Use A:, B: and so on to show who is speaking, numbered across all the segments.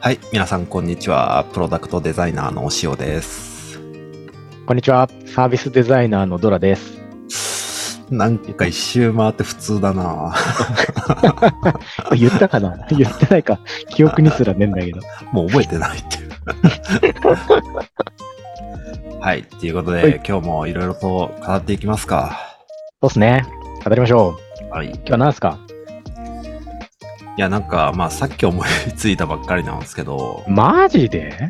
A: はい、皆さんこんにちは。プロダクトデザイナーのお塩です。
B: こんにちは。サービスデザイナーのドラです。
A: なんか一周回って普通だな
B: これ言ったか な言ってないか。記憶にすらねえんだけど。
A: もう覚えてないっていう。 はい、ということで、
B: はい
A: 今日もいろいろと語っていきますか。
B: そうっすね。語りましょう。
A: はい。い
B: 今日は何すか
A: や、なんか、まあさっき思いついたばっかりなんですけど、
B: マジで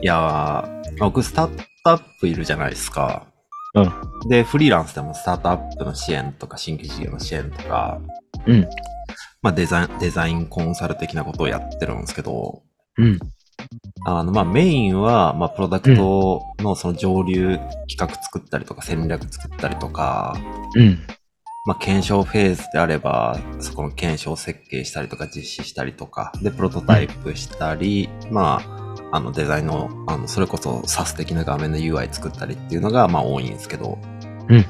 A: いやー、僕スタートアップいるじゃないですか。
B: う
A: で、フリーランスでもスタートアップの支援とか、新規事業の支援とか、
B: うん。
A: まあデザイン、デザインコンサル的なことをやってるんですけど、
B: うん。
A: あの、まあ、メインは、まあ、プロダクトのその上流企画作ったりとか戦略作ったりとか、
B: うん。
A: まあ、検証フェーズであれば、そこの検証設計したりとか実施したりとか、で、プロトタイプしたり、まあ、あの、デザインの、あの、それこそ SAS 的な画面の UI 作ったりっていうのが、まあ、多いんですけど、
B: うん
A: ま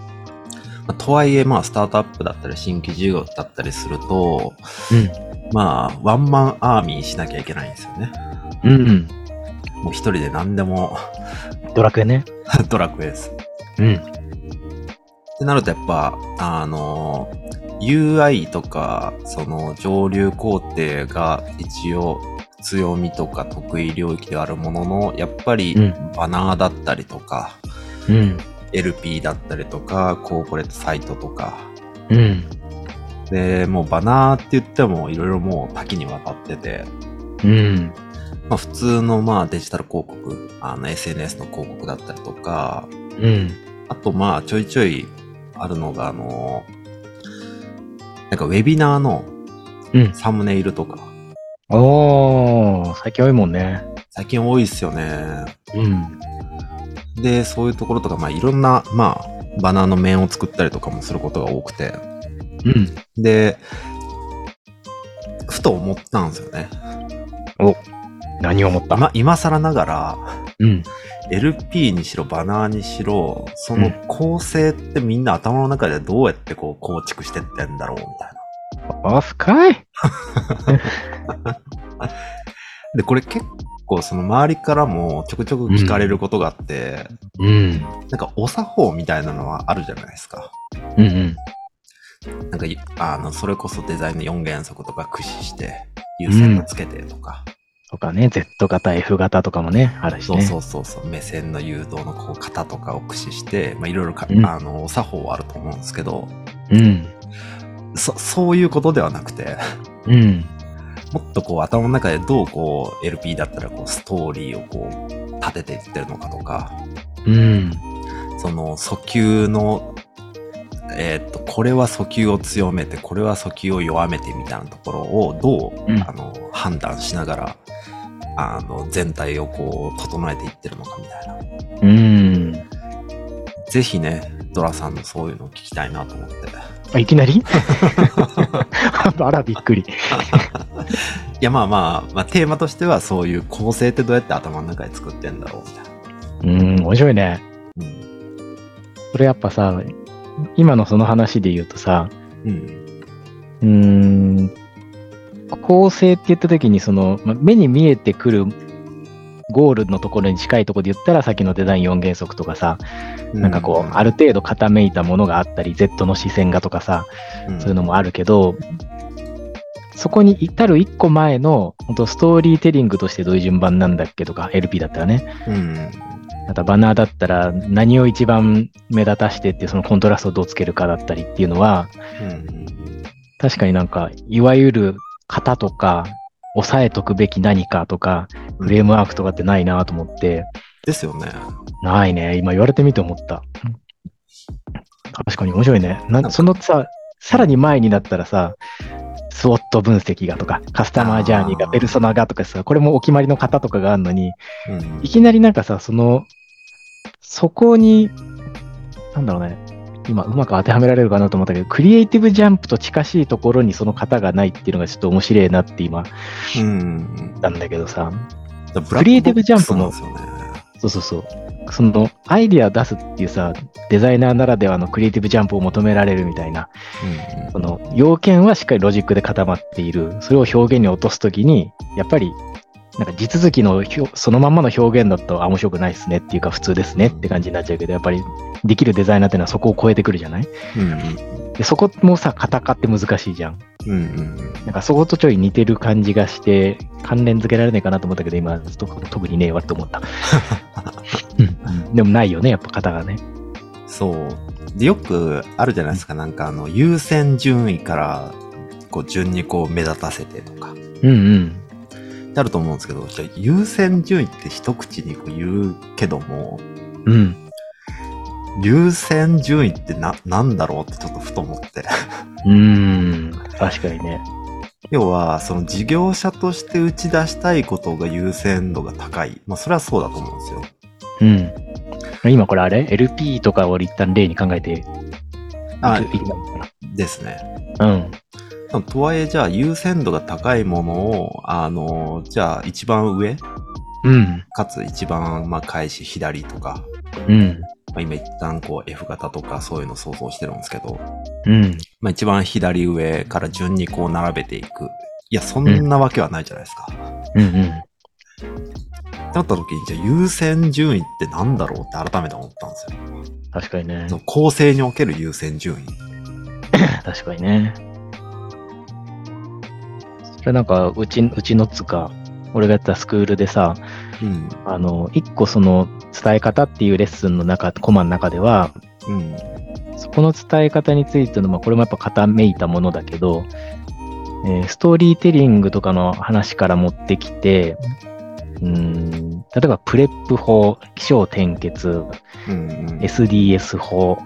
A: あとはいえ、まあ、スタートアップだったり、新規事業だったりすると、まあ、ワンマンアーミーしなきゃいけないんですよね。
B: うん。うん。
A: もう一人で何でも、
B: ドラクエね。
A: ドラクエです。
B: うん。
A: ってなるとやっぱ、あの、UI とか、その上流工程が一応強みとか得意領域ではあるものの、やっぱり
B: うん
A: バナーだったりとか、
B: うん。
A: LP だったりとか、コーポレートサイトとか、
B: うん。
A: で、もうバナーって言ってもいろいろもう多岐にわたってて、
B: うん。
A: まあ普通のまあデジタル広告、あの SNS の広告だったりとか、
B: うん。
A: あとまあちょいちょいあるのがあの、なんかウェビナーの
B: うん。
A: サムネイルとか、
B: おー、最近多いもんね。
A: 最近多いっすよね。
B: うん。
A: で、そういうところとか、まあいろんな、まあ、バナーの面を作ったりとかもすることが多くて。
B: うん。
A: で、ふと思ったんですよね。
B: 何を思った
A: 今、今更ながら、
B: うん。
A: LP にしろ、バナーにしろ、その構成ってみんな頭の中でどうやってこう構築してってんだろうみたいな。
B: あ、深い
A: で、これ結構その周りからもちょくちょく聞かれることがあって、
B: うん。
A: なんかお作法みたいなのはあるじゃないですか。
B: うんうん。
A: なんかい、あの、それこそデザインの4原則とか駆使して、優先をつけてとか、
B: とかね、Z 型、F 型とかもね、あるし
A: そう
B: ね。
A: そううそうそう、目線の誘導のこう型とかを駆使して、まあ、いろいろか、
B: うん
A: あの、作法はあると思うんですけど、
B: そう。うん。
A: そ、そういうことではなくて、
B: うん。
A: もっとこう頭の中でどうこう LP だったらこうストーリーをこう立てていってるのかとか、
B: うん。
A: その訴求の、えーっと、これは訴求を強めて、これは訴求を弱めてみたいなところをどう、
B: うん
A: あの、判断しながら、あの、全体をこう、整えていってるのかみたいな。
B: うん。
A: ぜひね、ドラさんのそういうのを聞きたいなと思って。い
B: あいきなりあら、びっくり。
A: や、まあまあ、まあ、テーマとしてはそういう構成ってどうやって頭の中で作ってんだろうみたいな。
B: うん、面白いね。
A: うん。
B: それやっぱさ、今のその話で言うとさ、
A: うん。
B: うーん、構成って言った時に、その、ま目に見えてくるゴールのところに近いところで言ったら、さっきのデザイン4原則とかさ、なんかこう、ある程度傾いたものがあったり、Z の視線がとかさ、
A: うん、
B: そういうのもあるけど、そこに至る一個前の、本当ストーリーテリングとしてどういう順番なんだっけとか、LP だったらね、
A: うん。
B: またバナーだったら何を一番目立たしてっていうそのコントラストをどうつけるかだったりっていうのは
A: うん。
B: 確かになんかいわゆる型とか押さえとくべき何かとかフレームワークとかってないなと思って
A: ですよね。
B: ないね今言われてみて思った確かに面白いね
A: なんか
B: なそのささらに前になったらさスウォット分析がとかカスタマージャーニー
A: あ
B: が
A: ー
B: ペルソナがとかさこれもお決まりの型とかがあるのに
A: うん
B: いきなりなんかさ、その、そこに、なんだろうね、今うまく当てはめられるかなと思ったけど、クリエイティブジャンプと近しいところにその型がないっていうのがちょっと面白いなって今、
A: うん。
B: なんだけどさ、
A: だから
B: クリエイティブジャンプも
A: ブラックボックスなんですよね。
B: そうそうそう、そのアイディアを出すっていうさ、デザイナーならではのクリエイティブジャンプを求められるみたいな、
A: うんうん
B: その要件はしっかりロジックで固まっている、それを表現に落とすときに、やっぱりなんか地続きの表そのまんまの表現だとあ面白くないですねっていうか普通ですねって感じになっちゃうけどやっぱりできるデザイナーっていうのはそこを超えてくるじゃないでそこもさカタカって難しいじゃん
A: うんうんうんうん
B: なんかそことちょい似てる感じがして関連付けられないかなと思ったけど今と特にねえわと思ったうんでもないよねやっぱ型がね
A: そう。で、よくあるじゃないですか。なんか、あの、優先順位から、こう、順にこう、目立たせてとか、っ
B: うんうん
A: てあると思うんですけど、じゃあ優先順位って一口にこう言うけども、
B: うん
A: 優先順位ってな、なんだろうってちょっとふと思って。
B: うーん確かにね
A: 要は、その事業者として打ち出したいことが優先度が高い。まあ、それはそうだと思うんですよ。
B: うん今これあれ ?LP とかを一旦例に考えていく
A: あ
B: いくのか
A: ですね。
B: なうん
A: でもとはいえ、じゃあ優先度が高いものを、あの、じゃあ一番上、
B: うん
A: かつ一番、まあ、開始左とか、
B: うん
A: まあ、今一旦こう F 型とかそういうのを想像してるんですけど、
B: うん
A: まあ、一番左上から順にこう並べていく。いや、そんなわけはないじゃないですか。
B: うんうん
A: だった時に、じゃあ優先順位ってなんだろうって改めて思ったんですよ。
B: 確かにね
A: その構成における優先順位。
B: 確かにね。それなんか、うち、うちのっつうか、俺がやってたスクールでさ、
A: うん。
B: あの、一個その伝え方っていうレッスンの中、コマの中では、
A: うん。
B: そこの伝え方についての、まあ、これもやっぱ傾いたものだけど、えーストーリーテリングとかの話から持ってきて、うーん、例えばプレップ法、気象転結、
A: うん、うん。
B: SDS 法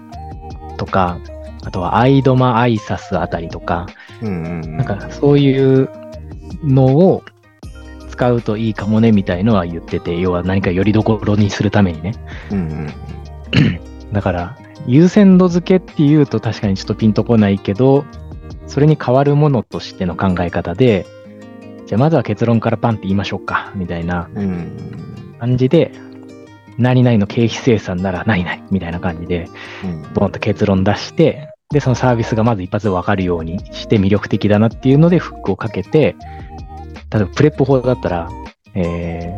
B: とか、あとはアイドマ挨拶あたりとか、
A: うんうん。
B: なんかそういうのを使うといいかもねみたいのは言ってて、要は何かよりどころにするためにね。
A: うんうんうん。
B: だから、優先度付けっていうと確かにちょっとピンとこないけど、それに変わるものとしての考え方で、じゃあまずは結論からパンって言いましょうか、みたいな
A: うんうん
B: 感じで、何々の経費生産なら何々みたいな感じで、
A: うん。
B: ボンと結論出して、で、そのサービスがまず一発で分かるようにして魅力的だなっていうのでフックをかけて、例えばプレップ法だったら、え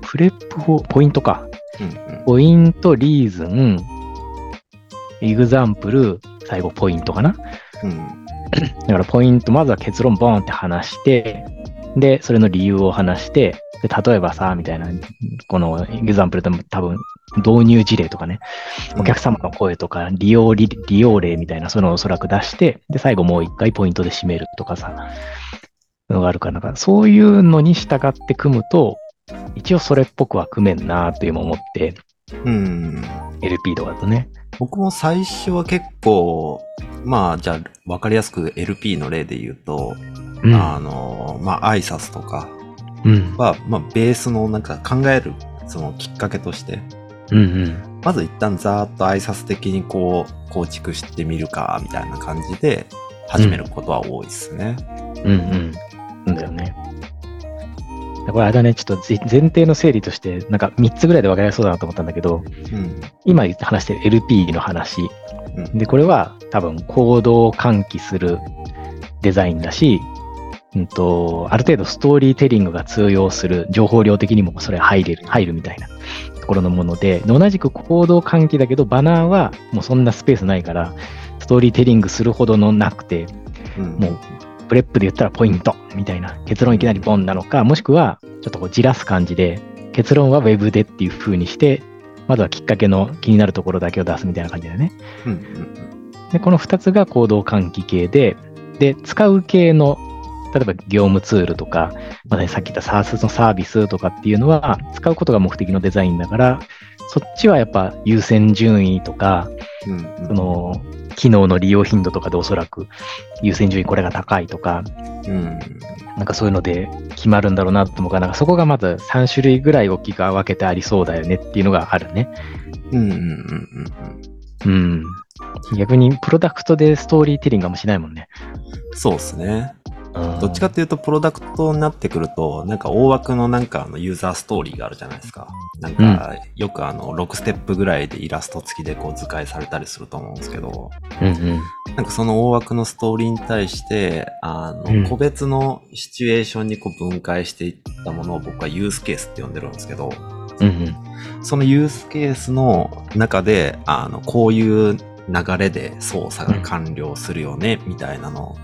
B: ー、プレップ法、ポイントか。
A: うんうん
B: ポイント、リーズン、エグザンプル、最後ポイントかな。
A: うん
B: だからポイント、まずは結論ボーンって話して、で、それの理由を話して、で、例えばさ、みたいな、このエグザンプルでも多分、導入事例とかね、お客様の声とか、利用り、利用例みたいな、そういうのをおそらく出して、で、最後もう一回ポイントで締めるとかさ、のがあるから、なんか、そういうのに従って組むと、一応それっぽくは組めんなーって今思って、
A: うんうん。
B: LP とかだとね。
A: 僕も最初は結構、まあ、じゃあ、わかりやすく LP の例で言うと、
B: うん。
A: あの、まあ、挨拶とか
B: うん。
A: は、まあ、ベースのなんか考える、そのきっかけとして、
B: うんうん。
A: まず一旦ざーっと挨拶的にこう、構築してみるか、みたいな感じで、始めることは多いですね。
B: うんうん。なんだよね。これあれだね、ちょっとぜ前提の整理として、なんか3つぐらいで分かりやすそうだなと思ったんだけど、
A: うん。
B: 今話してる LP の話。
A: うん。
B: で、これは多分行動を喚起するデザインだし、うんと、ある程度ストーリーテリングが通用する、情報量的にもそれ入れる、入るみたいなところのもので、で同じく行動喚起だけど、バナーはもうそんなスペースないから、ストーリーテリングするほどのなくて、
A: うん
B: もうプレップで言ったらポイントみたいな結論いきなりボンなのか、もしくはちょっとこうじらす感じで結論はウェブでっていう風にして、まずはきっかけの気になるところだけを出すみたいな感じだよね。
A: うん。うん。
B: で、この2つが行動喚起系で、で、使う系の、例えば業務ツールとか、まあね、さっき言ったサースのサービスとかっていうのは、使うことが目的のデザインだから、そっちはやっぱ優先順位とか、
A: うん。
B: その、機能の利用頻度とかでおそらく優先順位これが高いとか、
A: うん。
B: なんかそういうので決まるんだろうなと思うから、なんかそこがまず3種類ぐらい大きく分けてありそうだよねっていうのがあるね。
A: うん。うん。うん。うん。
B: うん。逆にプロダクトでストーリーテリングはもうしないもんね。
A: そうですね。ど
B: ど
A: っちかっていうと、プロダクトになってくると、なんか大枠のなんかあのユーザーストーリーがあるじゃないですか。なんか、よくあの、6ステップぐらいでイラスト付きでこう図解されたりすると思うんですけど、
B: うんうん。
A: なんかその大枠のストーリーに対して、あ
B: うん
A: の、個別のシチュエーションにこう分解していったものを僕はユースケースって呼んでるんですけど、
B: うん
A: そのユースケースの中で、あの、こういう流れで操作が完了するよね、みたいなの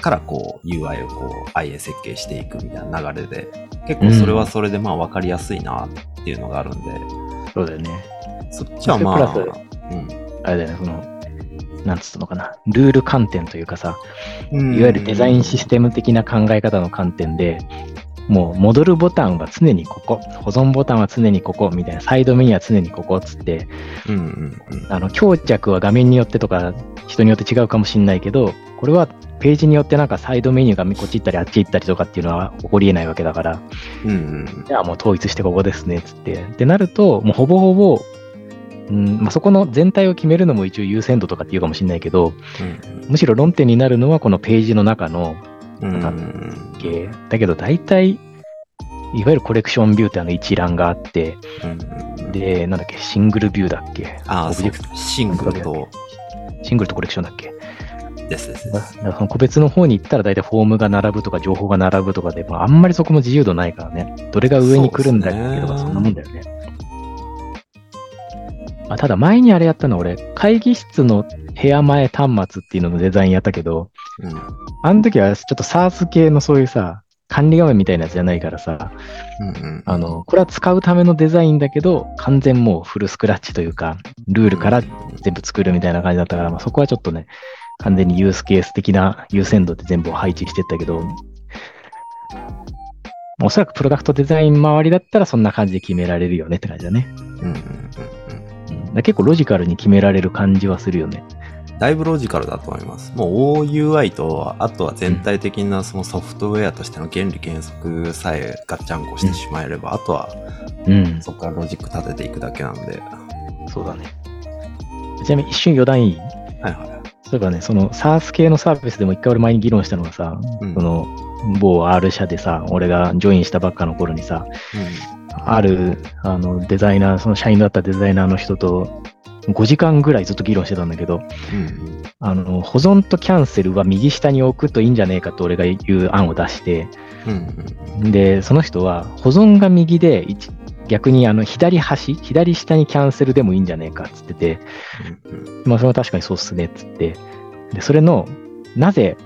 A: から、こう、UI をこう、IA 設計していくみたいな流れで、結構それはそれでまあ分かりやすいなっていうのがあるんで、
B: うん、そうだよね。
A: そっちはまあ、
B: それプ
A: うん
B: あれだよね、その、なんつうのかな、ルール観点というかさ、
A: うん
B: いわゆるデザインシステム的な考え方の観点で、もう戻るボタンは常にここ、保存ボタンは常にここ、みたいな、サイドメニューは常にここっつって、
A: うんうんうん。
B: あの強弱は画面によってとか人によって違うかもしれないけどこれはページによってなんかサイドメニューがこっち行ったりあっち行ったりとかっていうのは起こりえないわけだから
A: うんうん
B: じゃあもう統一してここですねっつってってなるともうほぼほぼ、うんまあ、そこの全体を決めるのも一応優先度とかっていうかもしれないけど
A: うん
B: むしろ論点になるのはこのページの中の
A: うん。
B: なんか
A: うん
B: ゲーだけど大体いわゆるコレクションビューってあの一覧があって
A: うん、
B: でなんだっけシングルビューだっけ
A: ああ、
B: オブジ
A: そう
B: ェクト
A: シングルと
B: シングルとコレクションだっけ
A: ですです
B: だ
A: で
B: だ
A: す。
B: からその個別の方に行ったら大体フォームが並ぶとか情報が並ぶとかで、まあ、あんまりそこも自由度ないからね、どれが上に来るんだっけと
A: そうっ
B: か
A: すね
B: そんなもんだよね。まあ、ただ前にあれやったの俺、会議室の部屋前端末っていうののデザインやったけど、
A: うん
B: あの時はちょっと SARS 系のそういうさ、管理画面みたいなやつじゃないからさ、
A: うんうん
B: あの、これは使うためのデザインだけど、完全もうフルスクラッチというか、ルールから全部作るみたいな感じだったから、まあ、そこはちょっとね、完全にユースケース的な優先度で全部を配置してったけど、まあおそらくプロダクトデザイン周りだったらそんな感じで決められるよねって感じだね。
A: うんうんうん
B: うんだから結構ロジカルに決められる感じはするよね。
A: うんだいぶロジカルだと思います。もう OUI と、あとは全体的なそのソフトウェアとしての原理原則さえガッチャンコしてしまえれば、あとは
B: うん、
A: そこからロジック立てていくだけなんで。
B: そうだね。ちなみに一瞬余談いい
A: はいは
B: そういえばね、その SARS 系のサービスでも一回俺前に議論したのがさ、
A: い。うん
B: その某 R 社でさ、俺がジョインしたばっかの頃にさ、あるあのデザイナー、その社員だったデザイナーの人と5時間ぐらいずっと議論してたんだけど、
A: うんうん
B: あの保存とキャンセルは右下に置くといいんじゃねえかと俺が言う案を出して、
A: うんうん
B: で、その人は保存が右で、一逆にあの左端、左下にキャンセルでもいいんじゃねえかっつってて、
A: うんうん
B: まあそれは確かにそうっすねっつって、で、それの、なぜ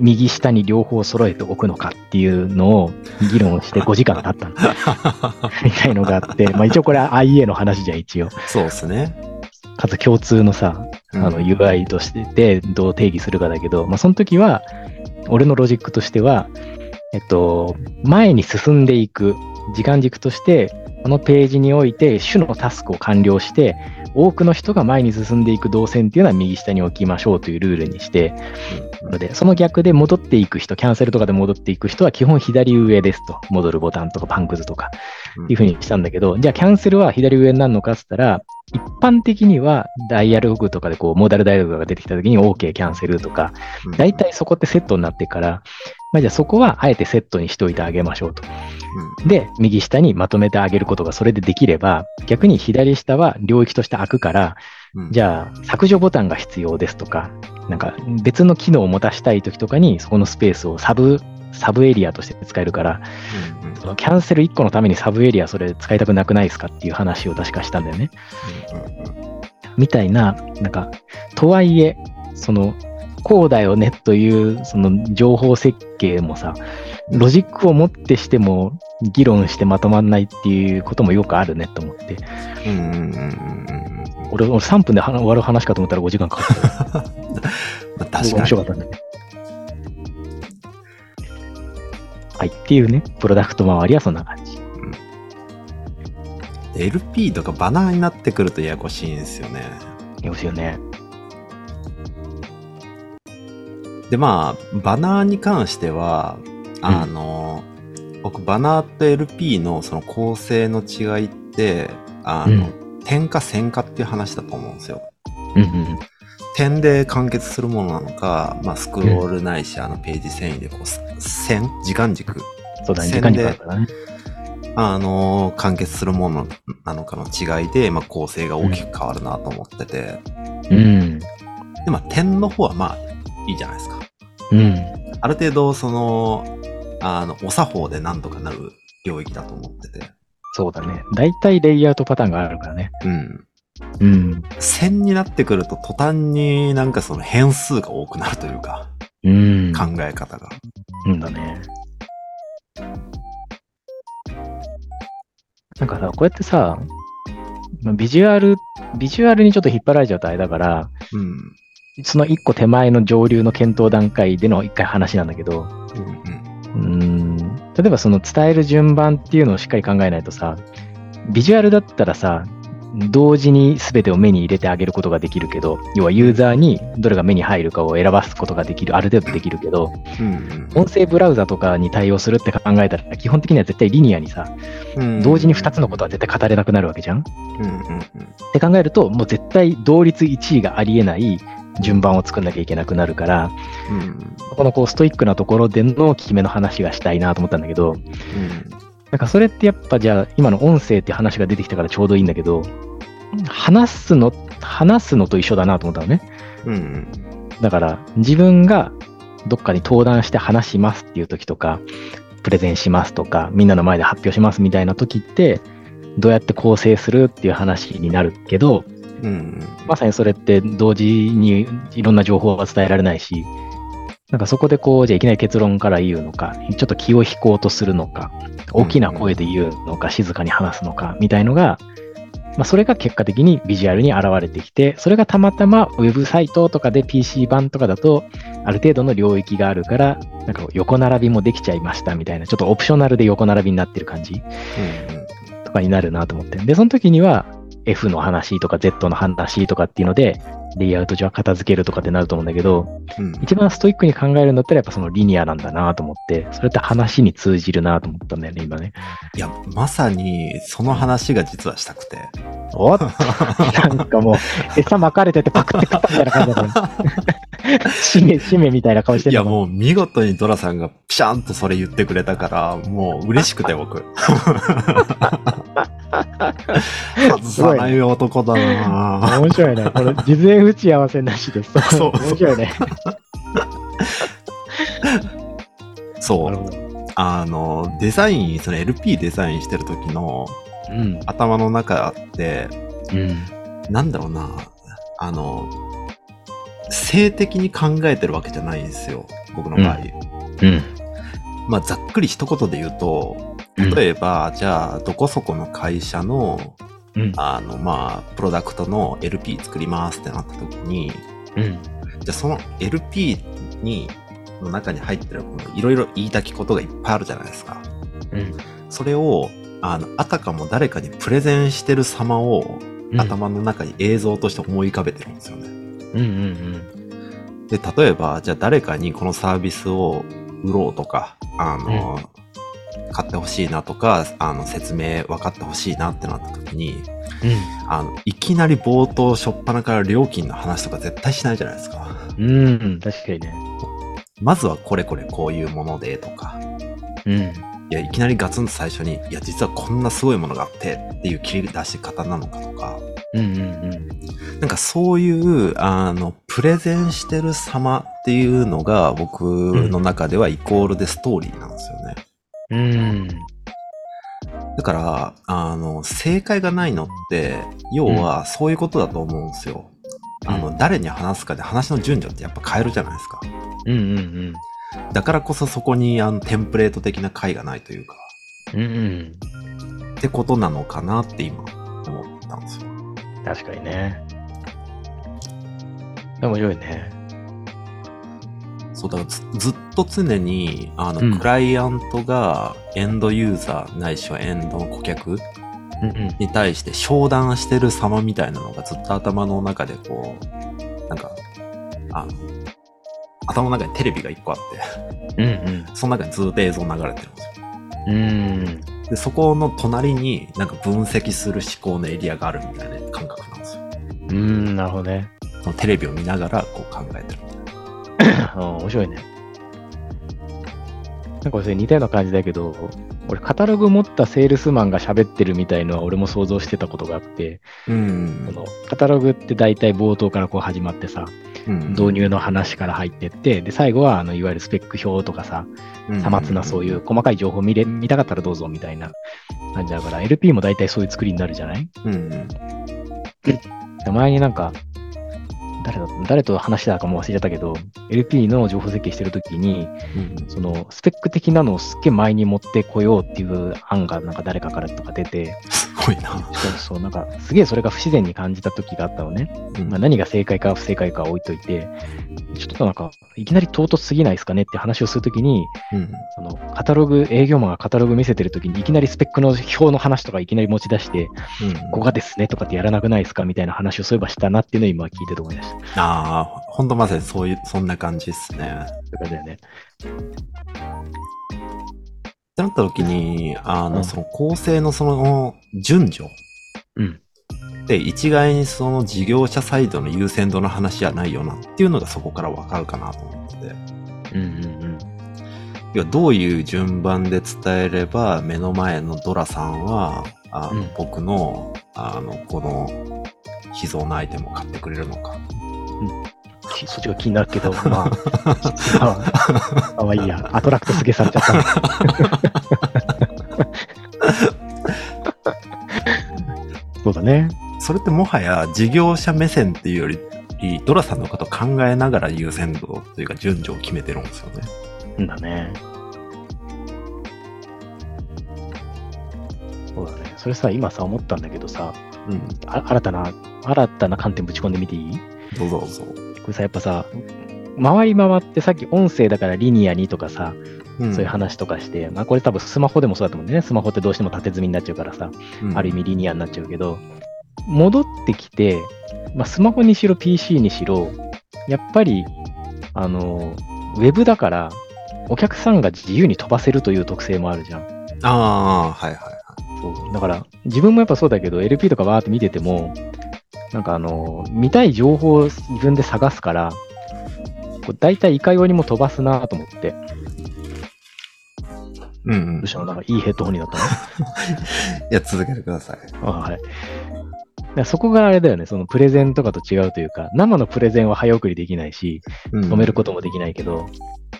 B: 右下に両方揃えておくのかっていうのを議論をして5時間経ったんだみたいのがあって、まあ一応これは IA の話じゃん一応。
A: そうですね。
B: かつ共通のさ、
A: う
B: あ
A: ん
B: の UI としてでどう定義するかだけど、まあ、その時は、俺のロジックとしては、えっと、前に進んでいく時間軸として、このページにおいて種のタスクを完了して、多くの人が前に進んでいく動線っていうのは右下に置きましょうというルールにして、のでその逆で戻っていく人、キャンセルとかで戻っていく人は基本左上ですと、戻るボタンとかパンクズとか、
A: うん
B: いうふうにしたんだけど、じゃあキャンセルは左上になるのかっつったら、一般的にはダイアログとかでこう、モダルダイアログが出てきた時に OK キャンセルとか、
A: うん
B: 大体そこってセットになってから、まあ、じゃあそこはあえてセットにしておいてあげましょうと。で、右下にまとめてあげることがそれでできれば、逆に左下は領域として開くから、
A: うんうん
B: じゃあ削除ボタンが必要ですとか、なんか別の機能を持たしたい時とかに、そこのスペースをサブ、サブエリアとして使えるから、
A: うんうん
B: そのキャンセル1個のためにサブエリアそれ使いたくなくないですかっていう話を確かしたんだよね。みたいな、なんか、とはいえ、その、こうだよねという、その情報設計もさ、ロジックをもってしても議論してまとまんないっていうこともよくあるねと思って、
A: うんうんうんうんうんうんうん
B: 俺、俺3分で話終わる話かと思ったら5時間かかった。
A: まあ確か
B: 面
A: に
B: 白かったんだけど。はい、っていうね、プロダクト周りはそんな感じ。
A: LP とかバナーになってくるとややこしいんですよね
B: よろしいよね。
A: でまあバナーに関してはあの、僕バナーと LP のその構成の違いってあの、点か線かっていう話だと思うんですよ
B: うんうん
A: 点で完結するものなのか、まあ、スクロールないし、あのページ遷移でこうす線時間軸
B: うん。そうだね、時
A: 宣
B: 間
A: 伝
B: にかかるからね。
A: あの完結するものなのかの違いで、まあ、構成が大きく変わるなと思ってて、
B: うん。
A: で、まあ、点の方はまあ、いいじゃないですか。
B: うん。
A: ある程度、その、あの、お作法でなんとかなる領域だと思ってて。
B: そうだね。大体レイアウトパターンがあるからね。
A: うん。
B: うん。
A: 線になってくると途端になんかその変数が多くなるというか、
B: うん。
A: 考え方が。
B: うんだね。なんかさ、こうやってさ、まあビジュアル、ビジュアルにちょっと引っ張られちゃうとあれだから、
A: うん。
B: その一個手前の上流の検討段階での一回話なんだけど、
A: うんうん。
B: うーん、例えばその伝える順番っていうのをしっかり考えないとさ、ビジュアルだったらさ、同時に全てを目に入れてあげることができるけど、要はユーザーにどれが目に入るかを選ばすことができる、ある程度できるけど、
A: うん
B: 音声ブラウザとかに対応するって考えたら基本的には絶対リニアにさ
A: うん。
B: 同時に2つのことは絶対語れなくなるわけじゃんっ
A: うんうんうん。
B: て考えるともう絶対同率1位がありえない順番を作んなきゃいけなくなるから
A: うんうん。
B: このこうストイックなところでの効き目の話がしたいなと思ったんだけどなんかそれってやっぱじゃあ今の音声って話が出てきたからちょうどいいんだけど話すの話すのと一緒だなと思ったのね
A: うんうん。
B: だから自分がどっかに登壇して話しますっていう時とか、プレゼンしますとか、みんなの前で発表しますみたいな時って、どうやって構成するっていう話になるけど、
A: うんうん。
B: まさにそれって同時にいろんな情報が伝えられないし、なんかそこでこう、じゃあいきなり結論から言うのか、ちょっと気を引こうとするのか、大きな声で言うのか、静かに話すのか、みたいのが、まあ、それが結果的にビジュアルに現れてきて、それがたまたまウェブサイトとかで PC 版とかだと、ある程度の領域があるから、なんか横並びもできちゃいましたみたいな、ちょっとオプショナルで横並びになってる感じ
A: うんうん
B: とかになるなと思って。で、その時には F の話とか Z の話とかっていうので、レイアウト上は片付けるとかってなると思うんだけど、
A: うん
B: 一番ストイックに考えるんだったらやっぱそのリニアなんだなと思って、それって話に通じるなと思ったんだよね、今ね。
A: いや、まさにその話が実はしたくて。
B: おっ なんかもう、餌巻かれててパクって食ったみたいな感じ だったね。しめ、しめみたいな顔して
A: い
B: る
A: や、もう見事にドラさんがピシャンとそれ言ってくれたから、もう嬉しくて 僕。外さない男だなぁ
B: 面白いね。これ、事前打ち合わせなしです。
A: そう
B: 面白いね。
A: そ
B: なる
A: う。
B: ほど。
A: あの、デザイン、その LP デザインしてる時の
B: うん。
A: 頭の中って、
B: うん。
A: なんだろうなあの、性的に考えてるわけじゃないんですよ。僕の場合。
B: うん。
A: まあ、ざっくり一言で言うと、例えば、じゃあ、どこそこの会社の、
B: うん。
A: あの、まあ、プロダクトの LP 作りますってなった時に、
B: うん。
A: じゃあ、その LP に、の中に入ってる、このいろいろ言いたきことがいっぱいあるじゃないですか。
B: うん。
A: それを、あの、あたかも誰かにプレゼンしてる様を、頭の中に映像として思い浮かべてるんですよね。
B: うんうん
A: で、例えば、じゃあ誰かにこのサービスを売ろうとか、あの、買ってほしいなとか、あの、説明分かってほしいなってなった時に、あの、いきなり冒頭、初っ端から料金の話とか絶対しないじゃないですか。
B: うん。うん。確かにね。
A: まずはこれこれこういうものでとか、
B: うん。
A: いや、いきなりガツンと最初に、いや、実はこんなすごいものがあってっていう切り出し方なのかとか、
B: うんうん
A: なんかそういう、あの、プレゼンしてる様っていうのが僕の中ではイコールでストーリーなんですよね。
B: うん。うん。
A: だから、あの、正解がないのって、要はそういうことだと思うんですよ。あの、誰に話すかで話の順序ってやっぱ変えるじゃないですか。
B: うんうん
A: だからこそそこにあのテンプレート的な解がないというか、
B: うん。うん。
A: ってことなのかなって今思ったんですよ。
B: 確かにね。面白いね。
A: そうだからずずっと常にあの、
B: うん
A: クライアントがエンドユーザーないしはエンドの顧客
B: うんうん。
A: に対して商談してる様みたいなのがずっと頭の中でこうなんかあの頭の中にテレビが1個あって
B: うん
A: その中にずっと映像流れてるんですよ
B: うん。うん。
A: でそこの隣になんか分析する思考のエリアがあるみたいな感覚なんですよ
B: うん。なるほどね。
A: そのテレビを見ながらこう考えてる
B: うん面白いね。なんかそれ似たような感じだけど、俺、カタログ持ったセールスマンが喋ってるみたいのは俺も想像してたことがあって、
A: うん
B: そのカタログって大体冒頭からこう始まってさ、
A: うん
B: 導入の話から入ってって、で、最後はあのいわゆるスペック表とかさ、
A: うん
B: さまつなそういう細かい情報見れ見たかったらどうぞみたいな感じだから、LP も大体そういう作りになるじゃない
A: うん
B: 前になんか、誰だ誰と話してたかも忘れちゃったけど、LP の情報設計してるときに、
A: うん
B: そのスペック的なのをすっげえ前に持ってこようっていう案がなんか誰かからとか出て、
A: すごいな。
B: そうそう、なんかすげえそれが不自然に感じた時があったのね。
A: うん
B: まあ、何が正解か不正解かは置いといて、ちょっとなんか、いきなり唐突すぎないですかねって話をするときに、
A: うん
B: そのカタログ、営業マンがカタログ見せてるときに、いきなりスペックの表の話とかいきなり持ち出し
A: うん
B: て、ここがですねとかってやらなくないですかみたいな話をそういえばしたなっていうのを今聞いてて思いました。
A: ああ、ほんとまさにそういう、そんな感じっすね。
B: ということだよね。
A: ってなった時に、あの、
B: うん
A: その構成のその順序
B: うん。
A: で一概にその事業者サイドの優先度の話じゃないよなっていうのがそこからわかるかなと思ってて。
B: うんうんうん。
A: 要はどういう順番で伝えれば目の前のドラさんは、あの
B: うん
A: 僕の、あの、この秘蔵のアイテムを買ってくれるのか。
B: きそっちが気になるけど、まあ、まあまあいいや、アトラクトすげえされちゃった な。そうだね。
A: それってもはや事業者目線っていうより、ドラさんのことを考えながら優先度というか順序を決めてるんですよね。
B: うんだね。そうだね。それさ、今さ、思ったんだけどさ、
A: うん。
B: あ新たな、新たな観点ぶち込んでみていい
A: どうぞどうぞ。
B: これさ、やっぱさ、回り回ってさっき音声だからリニアにとかさ、
A: うん
B: そういう話とかして、まあこれ多分スマホでもそうだと思うんだよね。スマホってどうしても縦積みになっちゃうからさ、
A: うん
B: ある意味リニアになっちゃうけど、戻ってきて、まあ、スマホにしろ PC にしろ、やっぱり、あの、ウェブだから、お客さんが自由に飛ばせるという特性もあるじゃん。
A: ああ、はいはいは
B: そうだから、自分もやっぱそうだけど、LP とかわーって見てても、なんかあの、見たい情報を自分で探すから、こう大体いかようにも飛ばすなと思って。
A: い。うんうん。
B: どうし
A: い
B: たのなんかいいヘッドホンになったね。
A: や、続けてください。
B: あはい。だからそこがあれだよね、そのプレゼンとかと違うというか、生のプレゼンは早送りできないし、
A: うん
B: 止めることもできないけど、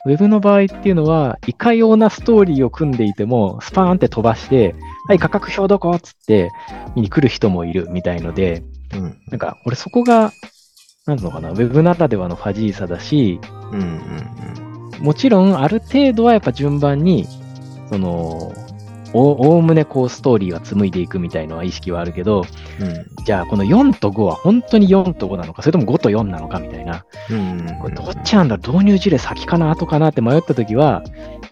B: ウェブの場合っていうのは、いかようなストーリーを組んでいても、スパーンって飛ばして、はい、価格表どこっつって、見に来る人もいるみたいので、
A: うん。
B: なんか、俺そこが、なんつうのかな、ウェブならではのファジーさだし、
A: うんうんうん。
B: もちろん、ある程度はやっぱ順番に、その、おおおむねこうストーリーは紡いでいくみたいな意識はあるけど、
A: うん
B: じゃあこの4と5は本当に4と5なのか、それとも5と4なのかみたいな、
A: うんうん。
B: これどっちなんだろう、導入事例先かな、後かなって迷ったときは、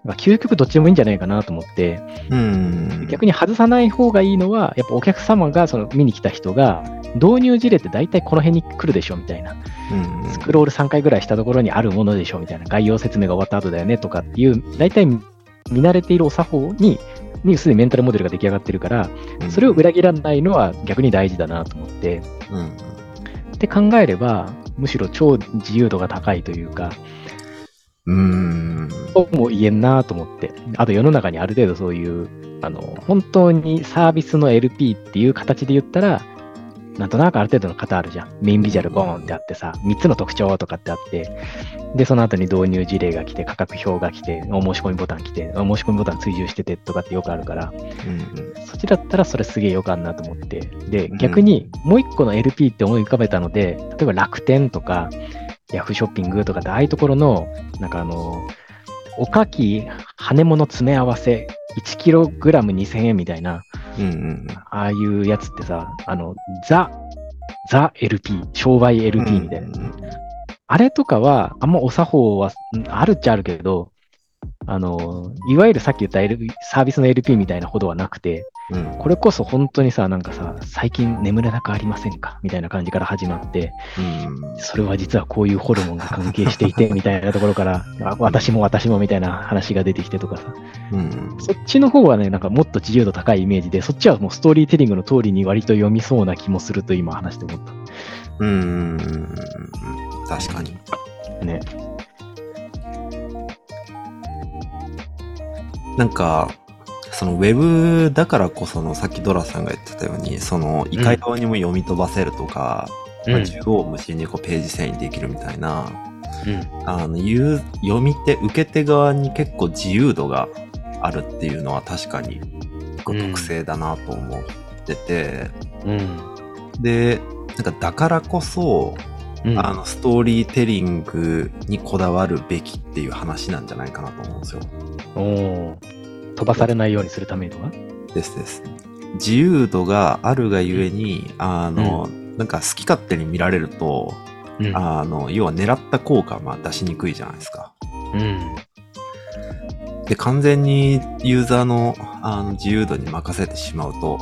B: まあ究極どっちでもいいんじゃないかなと思って、
A: うん。
B: 逆に外さない方がいいのは、やっぱお客様が、その見に来た人が、導入事例って大体この辺に来るでしょみたいな、
A: うんうん
B: スクロール3回ぐらいしたところにあるものでしょみたいな、概要説明が終わった後だよねとかっていう、大体見慣れているお作法に、にすでにメンタルモデルが出来上がってるから、それを裏切らないのは逆に大事だなと思って。
A: うんうん。
B: って考えれば、むしろ超自由度が高いというか、
A: うん。
B: そうも言えんなと思って、あと世の中にある程度そういう、あの本当にサービスの LP っていう形で言ったら、なんとなくある程度の型あるじゃん。メインビジュアルボーンってあってさ、3つの特徴とかってあって、で、その後に導入事例が来て、価格表が来て、お申し込みボタン来て、お申し込みボタン追従しててとかってよくあるから、
A: うん
B: そっちだったらそれすげえよかんなと思って。で
A: うん、
B: 逆にもう一個の LP って思い浮かべたので、例えば楽天とか、ヤフーショッピングとかって、ああいうところの、なんかあの、おかき、羽物詰め合わせ、1kg2000 円みたいな、
A: うんうん。
B: ああいうやつってさ、あの、ザ、ザ LP、商売 LP みたいな。
A: な。
B: あれとかは、あんまお作法はうんあるっちゃあるけれど、あの、いわゆるさっき言った LP サービスの LP みたいなほどはなくて、
A: うん
B: これこそ本当にさ、なんかさ、最近眠れなくありませんかみたいな感じから始まって、
A: うん。
B: それは実はこういうホルモンが関係してい て、みたいなところから、あ私も私もみたいな話が出てきてとかさ、
A: うん
B: そっちの方はね、なんかもっと自由度高いイメージで、そっちはもうストーリーテリングの通りに割と読みそうな気もすると今話して思っ
A: うん。うん。確かに。
B: た。ね。
A: なんか、そのウェブだからこその、さっきドラさんが言ってたように、その、いかようにも読み飛ばせるとか、
C: うん
A: まあ縦横無尽にこうページ遷移できるみたいな、
C: うん
A: あの、言う読み手、受け手側に結構自由度があるっていうのは確かに、結構特性だなと思ってて、
C: うん
A: で、なんかだからこそ、
C: うん
A: あの、ストーリーテリングにこだわるべきっていう話なんじゃないかなと思うんですよ。
C: おー
B: 飛ばされないようにするためにとか。
A: ですです。自由度があるがゆえに、あの、なんか好き勝手に見られると、
C: うん
A: あの、要は狙った効果はまあ出しにくいじゃないですか。
C: うん
A: で、完全にユーザーのあの自由度に任せてしまうと、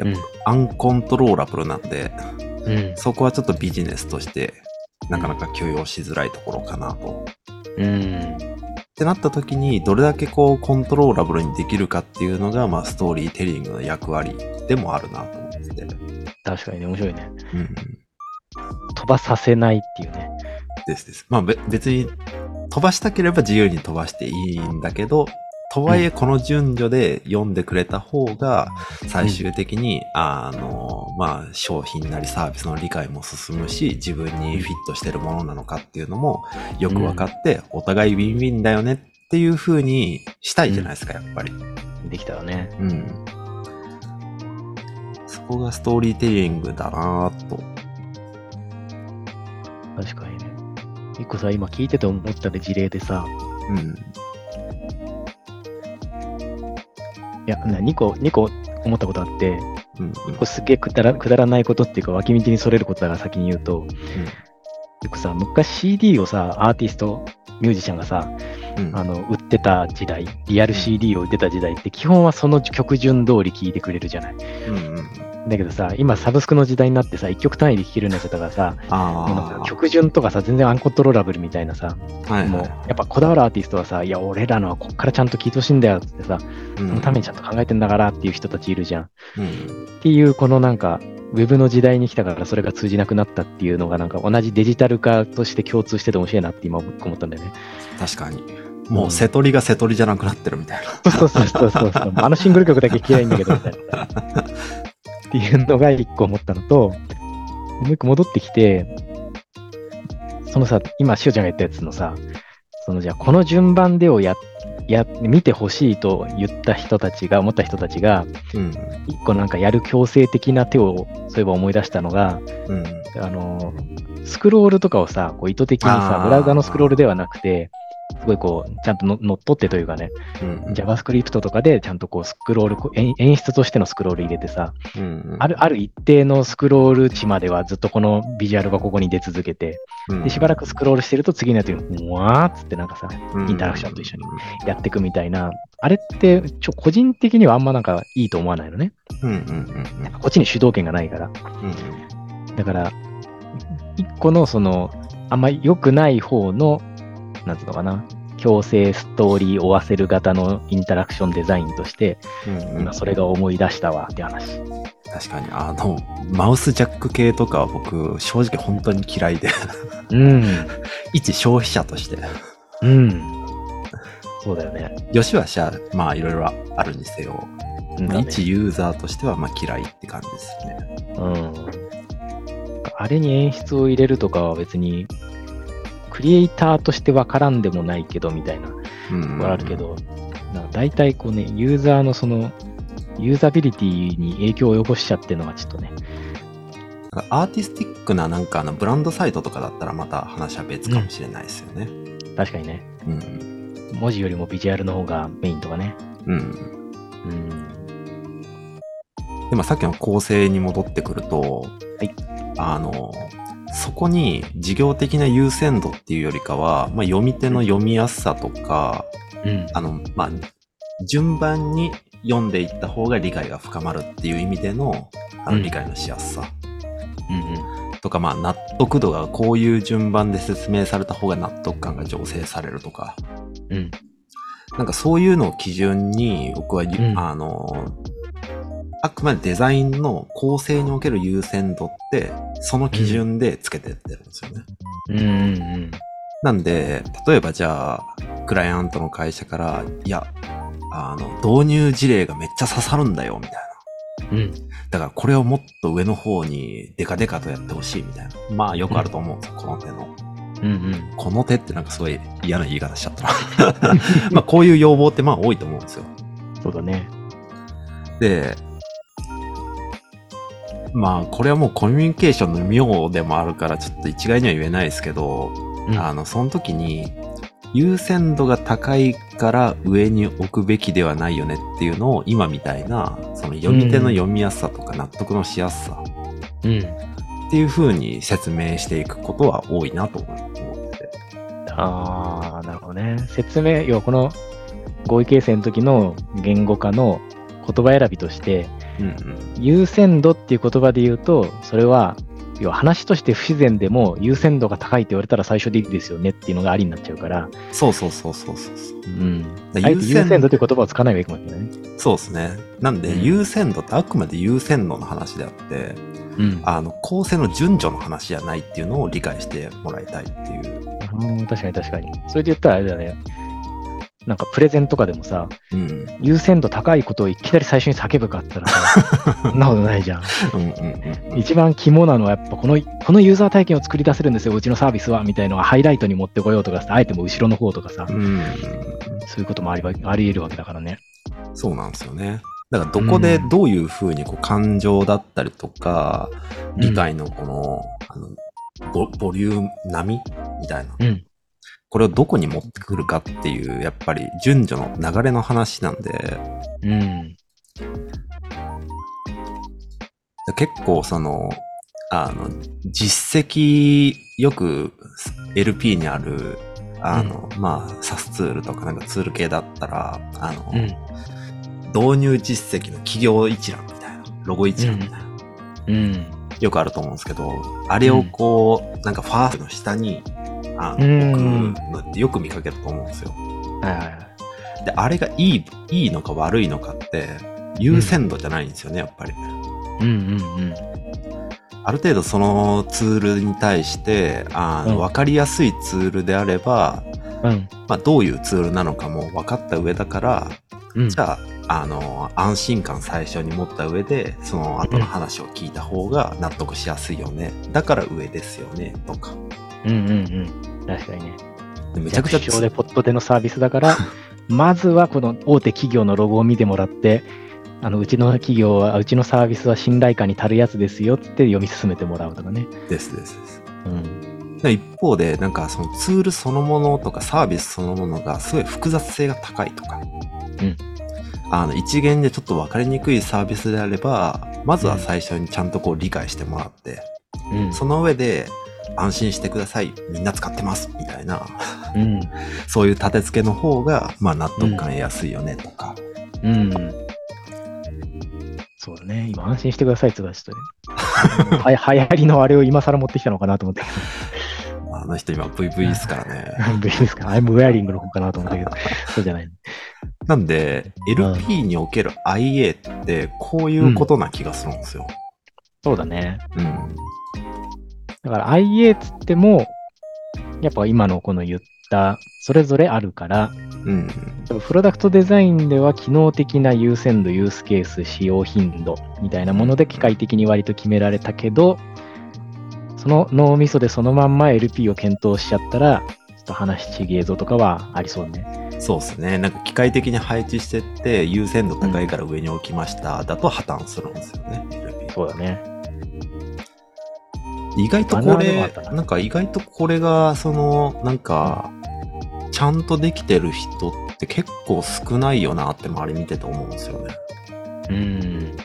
C: うん
A: アンコントローラブルなんで、
C: うん
A: そこはちょっとビジネスとして、なかなか許容しづらいところかなと。
C: うん
A: ってなった時にどれだけこうコントローラブルにできるかっていうのが、まあ、ストーリーテリングの役割でもあるなと思ってて、うん
B: 確かにね、面白いね。
A: うん、
B: 飛ばさせないっていうね。
A: ですですまあべ別に飛ばしたければ自由に飛ばしていいんだけどとはいえこの順序で読んでくれた方が最終的に、あのまあ商品なりサービスの理解も進むし自分にフィットしてるものなのかっていうのもよく分かって、お互いウィンウィンだよねっていう風にしたいじゃないですかやっぱり。
B: できたらね。
A: うん。そこがストーリーテリングだなぁと。
B: 確かにね。一個さ、今聞いてて思ったで事例でさ、
A: うん。
B: いや、な2個、2個思ったことあって、
A: うん。
B: これすげえくだらくだらないことっていうか、脇道にそれることだから先に言うと、よくさ、昔 CD をさ、アーティスト、ミュージシャンがさ、
A: うん。
B: あの、売ってた時代、リアル CD を売ってた時代って、基本はその曲順通り聴いてくれるじゃない。
A: うん。うん。
B: だけどさ、今サブスクの時代になってさ、1曲単位で聴けるようになっちゃったからさ、もうなん
A: あ
B: か曲順とかさ、全然アンコントローラブルみたいなさ、
A: あ。はい
B: もう
A: はい。
B: やっぱこだわるアーティストはさ、いや、俺らのはこっからちゃんと聴いてほしいんだよっつってさ、
A: う
B: そ
A: ん
B: のためにちゃんと考えてんだからっていう人たちいるじゃん。っ
A: うん。
B: ていう、このなんか、ウェブの時代に来たからそれが通じなくなったっていうのがなんか同じデジタル化として共通してて面白いなって今僕思ったんだよね。
A: 確かに。もう、瀬取りが瀬取りじゃなくなってるみたいな。
B: そうそうそうそうそう。 あのシングル曲だけ嫌いんだけど、みたいな。っていうのが一個思ったのと、もう一個戻ってきて、そのさ、今、しおちゃんが言ったやつのさ、そのじゃあ、この順番でをや、や、見てほしいと言った人たちが、思った人たちが、
A: うん。
B: 一個なんかやる強制的な手を、そういえば思い出したのが、
A: うん。
B: あの、スクロールとかをさ、こう意図的にさ
A: あ、ー
B: ブラウザのスクロールではなくて、すごいこう、ちゃんとの乗っ取ってというかね、
A: うん。
B: JavaScript とかでちゃんとこうスクロールこう、演演出としてのスクロール入れてさ、
A: うん。
B: あるある一定のスクロール値まではずっとこのビジュアルがここに出続けて、
A: うん
B: でしばらくスクロールしてると次のやつに、うわーっつってなんかさ、
A: うん
B: インタラクションと一緒にやってくみたいな、あれってちょ個人的にはあんまなんかいいと思わないのね。
A: うん。うん。うん。
B: こっちに主導権がないから。
A: うん。
B: だから、一個のその、あんま良くない方の、なんつうのかな、強制ストーリー追わせる型のインタラクションデザインとして、
A: うん。うん
B: 今。それが思い出したわって話。
A: 確かに、あの、マウスジャック系とかは僕、正直本当に嫌いで、
B: うん。
A: 一消費者として。
B: うん。そうだよね。
A: よしはしゃ、まあいろいろあるにせよ、
B: うん
A: まあ
B: だね
A: 一ユーザーとしてはまあ嫌いって感じですね。
B: うん。あれに演出を入れるとかは別に、クリエイターとしてわからんでもないけどみたいな、
A: うん
B: はあるけ。ど、なんか大体こうね、ユーザーのその、ユーザビリティに影響を及ぼしちゃってるのがちょっとね、
A: アーティスティックななんかあのブランドサイトとかだったらまた話は別かもしれないですよね。
B: 確かにね、
A: うん。
B: 文字よりもビジュアルの方がメインとかね。
A: うん。
B: うん。
A: でもさっきの構成に戻ってくると、
B: はい
A: あの、そこに事業的な優先度っていうよりかは、まあ、読み手の読みやすさとか、
B: うん。
A: あの、まあ、順番に読んでいった方が理解が深まるっていう意味での、あ
B: う
A: の、
B: ん
A: 理解のしやすさ。
B: うん
A: とか、まあ、納得度がこういう順番で説明された方が納得感が醸成されるとか、
B: うん。うん。
A: なんかそういうのを基準に、僕はゆ、
B: うん
A: あの、あくまでデザインの構成における優先度って、その基準でつけてってるんですよね。
B: うんうん
A: なんで、例えばじゃあ、クライアントの会社から、いや、あの、導入事例がめっちゃ刺さるんだよ、みたいな。
C: うん。
A: だからこれをもっと上の方にデカデカとやってほしいみたいな。まあよくあると思うんですよ、この手の。
C: うん。
A: この手ってなんかすごい嫌な言い方しちゃったな。 まあこういう要望ってまあ多いと思うんですよ。
B: そうだね。
A: で、まあこれはもうコミュニケーションの妙でもあるからちょっと一概には言えないですけど、
C: うん。
A: あの、その時に優先度が高いから上に置くべきではないよねっていうのを今みたいな、その読み手の読みやすさとか納得のしやすさ、
C: うん。
A: っていう風に説明していくことは多いなと思ってて。
B: ああ、なるほどね。説明、要はこの合意形成の時の言語化の言葉選びとして、
A: うんうん。
B: 優先度っていう言葉で言うと、それは、要は話として不自然でも優先度が高いって言われたら最初でいいですよねっていうのがありになっちゃうから、
A: そうそうそうそうそうそう。
B: うん。
A: だ
B: あえ
A: 優
B: て
A: 先
B: 優先度っていう言葉を使わない方がいいかもしれないね。
A: そうですね。なんで、
C: うん
A: 優先度ってあくまで優先度の話であって、
C: うん。
A: あの、構成の順序の話じゃないっていうのを理解してもらいたいっていう。
B: うん、確かに確かに。それで言ったらあれだね。なんかプレゼンとかでもさ、
A: うん。
B: 優先度高いことをいきなり最初に叫ぶかって言った らさ、そんなことないじゃん。
A: うんうんうんうん。
B: 一番肝なのはやっぱこの、このユーザー体験を作り出せるんですよ、うちのサービスは、みたいなのはハイライトに持ってこようとかさ、あえてもう後ろの方とかさ
A: う、ん、
B: そういうこともありばあり得るわけだからね。
A: そうなんですよね。だからどこでどういうふうにこう感情だったりとか、
C: うん
A: 理解のこの、あのボボリューム波みたいな
C: うん。
A: これをどこに持ってくるかっていう、やっぱり順序の流れの話なんで、
C: うん。
A: 結構その、あの、実績、よく LP にある、あの、まあ、サスツールとかなんかツール系だったら、あの、
C: うん。
A: 導入実績の企業一覧みたいな、ロゴ一覧みたいな、
C: うん。
A: よくあると思うんですけど、あれをこう、なんかファーストの下に、あの、
C: うん
A: 置くのってよく見かけると思うんですよ。
C: はいはいはい。
A: で、あれがいい、いいのか悪いのかって、優先度じゃないんですよね、やっぱり。
C: うんうんうん。
A: ある程度そのツールに対して、あ
B: うん
A: の、わかりやすいツールであれば、
C: うん。
A: まあ、どういうツールなのかも分かった上だから、
C: うん。
A: じゃあ、あの、安心感最初に持った上で、その後の話を聞いた方が納得しやすいよね。だから上ですよね、とか。
C: うんうんうん。確かにね。
A: でめちゃくちゃ
B: 弱小でポットでのサービス だから、まずはこの大手企業のロゴを見てもらって、あのうちの企業は、うちのサービスは信頼感に足るやつですよって読み進めてもらうとかね。
A: ですですです。
B: うん。
A: で一方で、なんかそのツールそのものとかサービスそのものがすごい複雑性が高いとか、
C: うん
A: あの一元でちょっと分かりにくいサービスであれば、まずは最初にちゃんとこう理解してもらって、
C: うん。
A: その上で安心してください、みんな使ってます、みたいな、
C: うん。
A: そういう立て付けの方が、まあ納得感得やすいよねとか、
C: うん。
B: そうだね。今、安心してくださいって言ったらちょっとね。 はや流行りのあれを今更持ってきたのかなと思って。
A: あの人今 VV ですからね。
B: 無理ですか。アイムウェアリングの方かなと思ったけど、そうじゃない。
A: なんで、LP における IA ってこういうことな気がするんですよ。
B: そうだね。
A: うん。
B: だから IA っつっても、やっぱ今のこの言った、それぞれあるから、
A: うん。
B: プロダクトデザインでは機能的な優先度、ユースケース、使用頻度みたいなもので機械的に割と決められたけど、その脳みそでそのまんま LP を検討しちゃったら、ちょっと話ちげえぞとかはありそうね。
A: そうですね。なんか機械的に配置してって、優先度高いから上に置きました、だと破綻するんですよね、LP
B: そうだね。
A: 意外と
B: バ
A: こ
B: ナナでもあっ
A: れ
B: たな
A: な、んか意外とこれが、その、なんか、ちゃんとできてる人って結構少ないよなって周り見てて思うんですよね。
C: うん。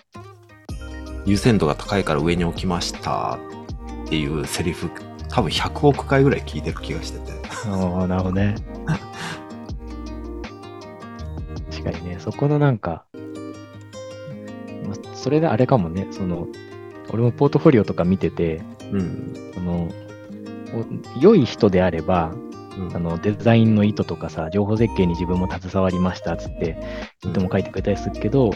A: 優先度が高いから上に置きましたっていうセリフ、多分100億回ぐらい聞いてる気がしてて。
B: ああ、なるほどね。確かにね、そこのなんか、まあそれであれかもね、その、俺もポートフォリオとか見てて、
A: うん。
B: その、お良い人であれば、
A: うん
B: あのデザインの意図とかさ、情報設計に自分も携わりましたっつって、意図も書いてくれたりするけど、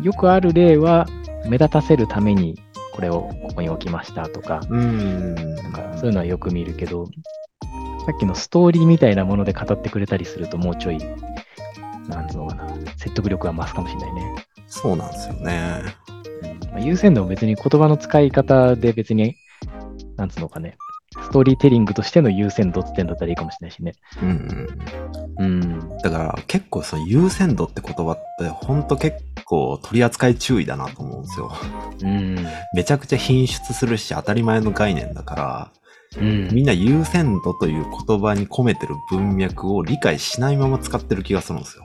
B: よくある例は、目立たせるためにこれをここに置きましたとか、
A: うん。
B: なんかそういうのはよく見るけど、さっきのストーリーみたいなもので語ってくれたりすると、もうちょい、なんつうのかな、説得力が増すかもしれないね。
A: そうなんですよね。
B: まあ、優先度も別に言葉の使い方で別に、なんつうのかね、ストーリーテリングとしての優先度って点だったらいいかもしれないしね。
A: うんうん。
C: うん。
A: だから結構その優先度って言葉ってほんと結構取り扱い注意だなと思うんですよ。
C: うん。
A: めちゃくちゃ品質するし当たり前の概念だから、
C: うん。
A: みんな優先度という言葉に込めてる文脈を理解しないまま使ってる気がするんですよ。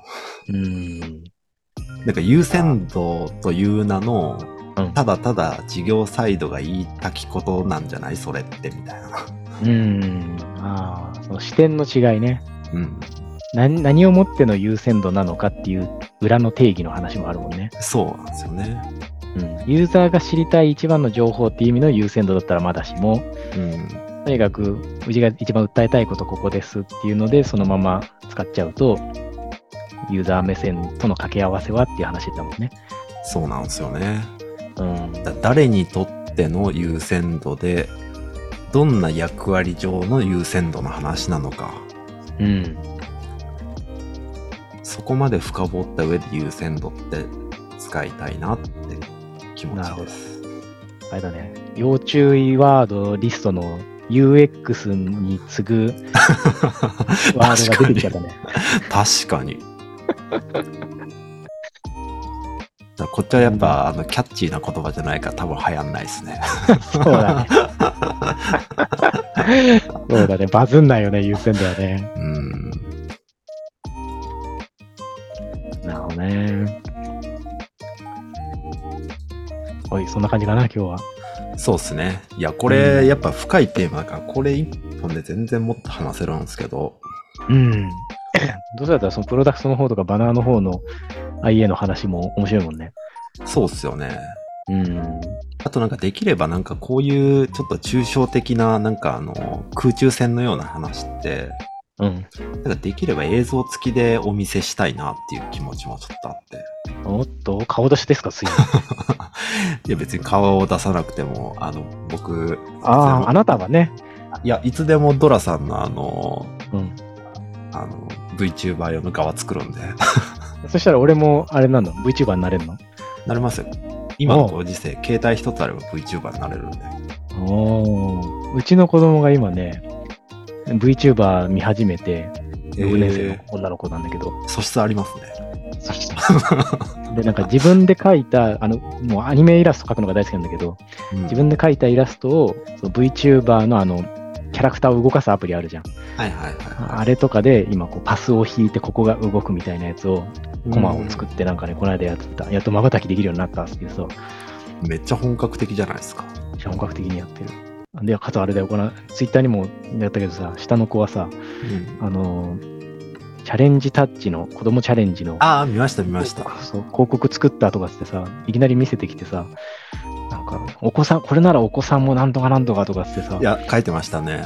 C: うん。
A: なんか優先度という名の
C: うん、
A: ただただ事業サイドが言いたきことなんじゃないそれってみたいな。
C: うん。
B: ああ、その視点の違いね。
A: うん。
B: 何何をもっての優先度なのかっていう裏の定義の話もあるもんね。
A: そうなんですよね。
B: うん、ユーザーが知りたい一番の情報っていう意味の優先度だったらまだしも、
A: うん。
B: とにかく、うちが一番訴えたいことここですっていうので、そのまま使っちゃうと、ユーザー目線との掛け合わせはっていう話だもんね。
A: そうなんですよね。
B: うん。
A: だ誰にとっての優先度でどんな役割上の優先度の話なのか
C: うん。
A: そこまで深掘った上で優先度って使いたいなって気持ちです
B: あれだね。要注意ワードリストの UX に次 ぐワードが出てきちゃったね。
A: 確かにだこっちはやっぱ、あのキャッチーな言葉じゃないから多分流行んないですね
B: そうだね。 そうだね。バズんないよね、優先度はね。
A: うん
B: なるほどね。おい、そんな感じかな、今日は。
A: そうっすねいやこ
B: うん
A: れやっぱ深いテーマだからこれ一本で全然もっと話せるんですけど
C: うん。
B: どうせだったら、そのプロダクトの方とかバナーの方の IA の話も面白いもんね。
A: そうっすよね
C: うん。
A: あとなんかできればなんかこういうちょっと抽象的ななんかあの空中戦のような話って
B: うん。
A: なんかできれば映像付きでお見せしたいなっていう気持ちもちょっとあって。
B: おっと、顔出しですか、 ついに。
A: いや別に顔を出さなくても、あの僕、
B: ああ、あ
A: いつ
B: なたはね。
A: でもいや、いつでもドラさんのあの、
B: うん。
A: あの VTuber 用の側作るんで、
B: そしたら俺も、あれなの ?VTuber になれるの
A: なりますよ。今のご時世、携帯一つあれば VTuber になれるんで。
B: おお。うちの子供が今ね、VTuber 見始めて、6年生の女の子なんだけど、
A: 素質ありますね。
B: そしたらで、なんか自分で描いた、あの、もうアニメイラスト描くのが大好きなんだけど、
A: うん
B: 自分で描いたイラストをその VTuber のあの、キャラクターを動かすアプリあるじゃん。
A: はいはいはいはい。
B: あれとかで今こうパスを引いてここが動くみたいなやつを、コマを作ってなんかね、この間やってた。やっと瞬きできるようになったっていうそう。
A: うんめっちゃ本格的じゃないですか。
B: 本格的にやってる。で、かつあれだよ、このツイッターにもやったけどさ、下の子はさ、
A: うん
B: あのチャレンジタッチの、子供チャレンジの
A: ああ、見ました見ました。
B: そう広告作ったとかつってさ、いきなり見せてきてさ、なんか、お子さん、これならお子さんもなんとかなんとかとかつってさ
A: い、や、書いてましたね。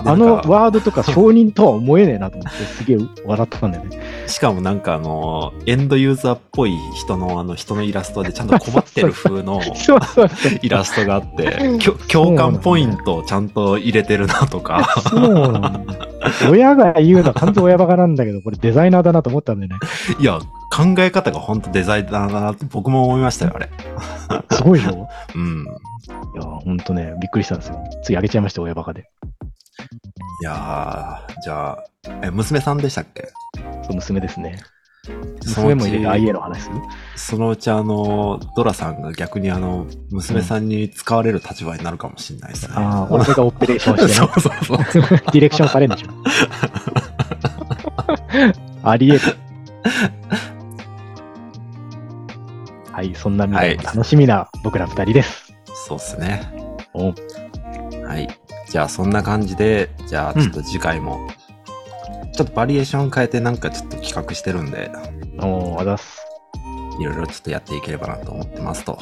A: なんか
B: あのワードとか承認とは思えねえなと思って、すげえ笑ったんだよね。
A: しかもなんかあの、エンドユーザーっぽい人のあの、人のイラストでちゃんと困ってる風の
B: そうそうそう。
A: イラストがあって、きょ共感ポイントをちゃんと入れてるなとか、
B: そうなのよ親が言うのは完全親バカなんだけど、これデザイナーだなと思ったんだよね。
A: いや、考え方がほんとデザイナーだなって僕も思いましたよ、あれ。
B: すごいでしょ
A: うん。
B: いや、ほんとね、びっくりしたんですよ。次あげちゃいました、親バカで。
A: いやー、じゃあ、え、娘さんでしたっけ
B: そう、娘ですね。
A: そのうち
B: 娘も入れて IA の話する
A: そのうちあの、ドラさんが逆にあの、娘さんに使われる立場になるかもしれないですね。
B: ああ、俺がオペレーション
A: そう
B: し て
A: そ
B: ね、
A: うそう。
B: ディレクションされるんで しょ。ありえる。はい、そんなみたいな
A: はい
B: 楽しみな僕ら二人です。
A: そうっすね。
B: お
A: はい。じゃあそんな感じで、じゃあちょっと次回も、ちょっとバリエーション変えてなんかちょっと企画してるんで、
B: おー、あざっす。
A: いろいろちょっとやっていければなと思ってますと。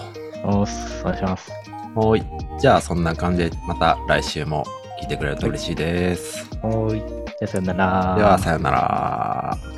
B: おーす、お願いします。
A: はーい。じゃあそんな感じで、また来週も聞いてくれると嬉しいです。
B: おーい。じゃあ、さよなら。
A: では、さよなら。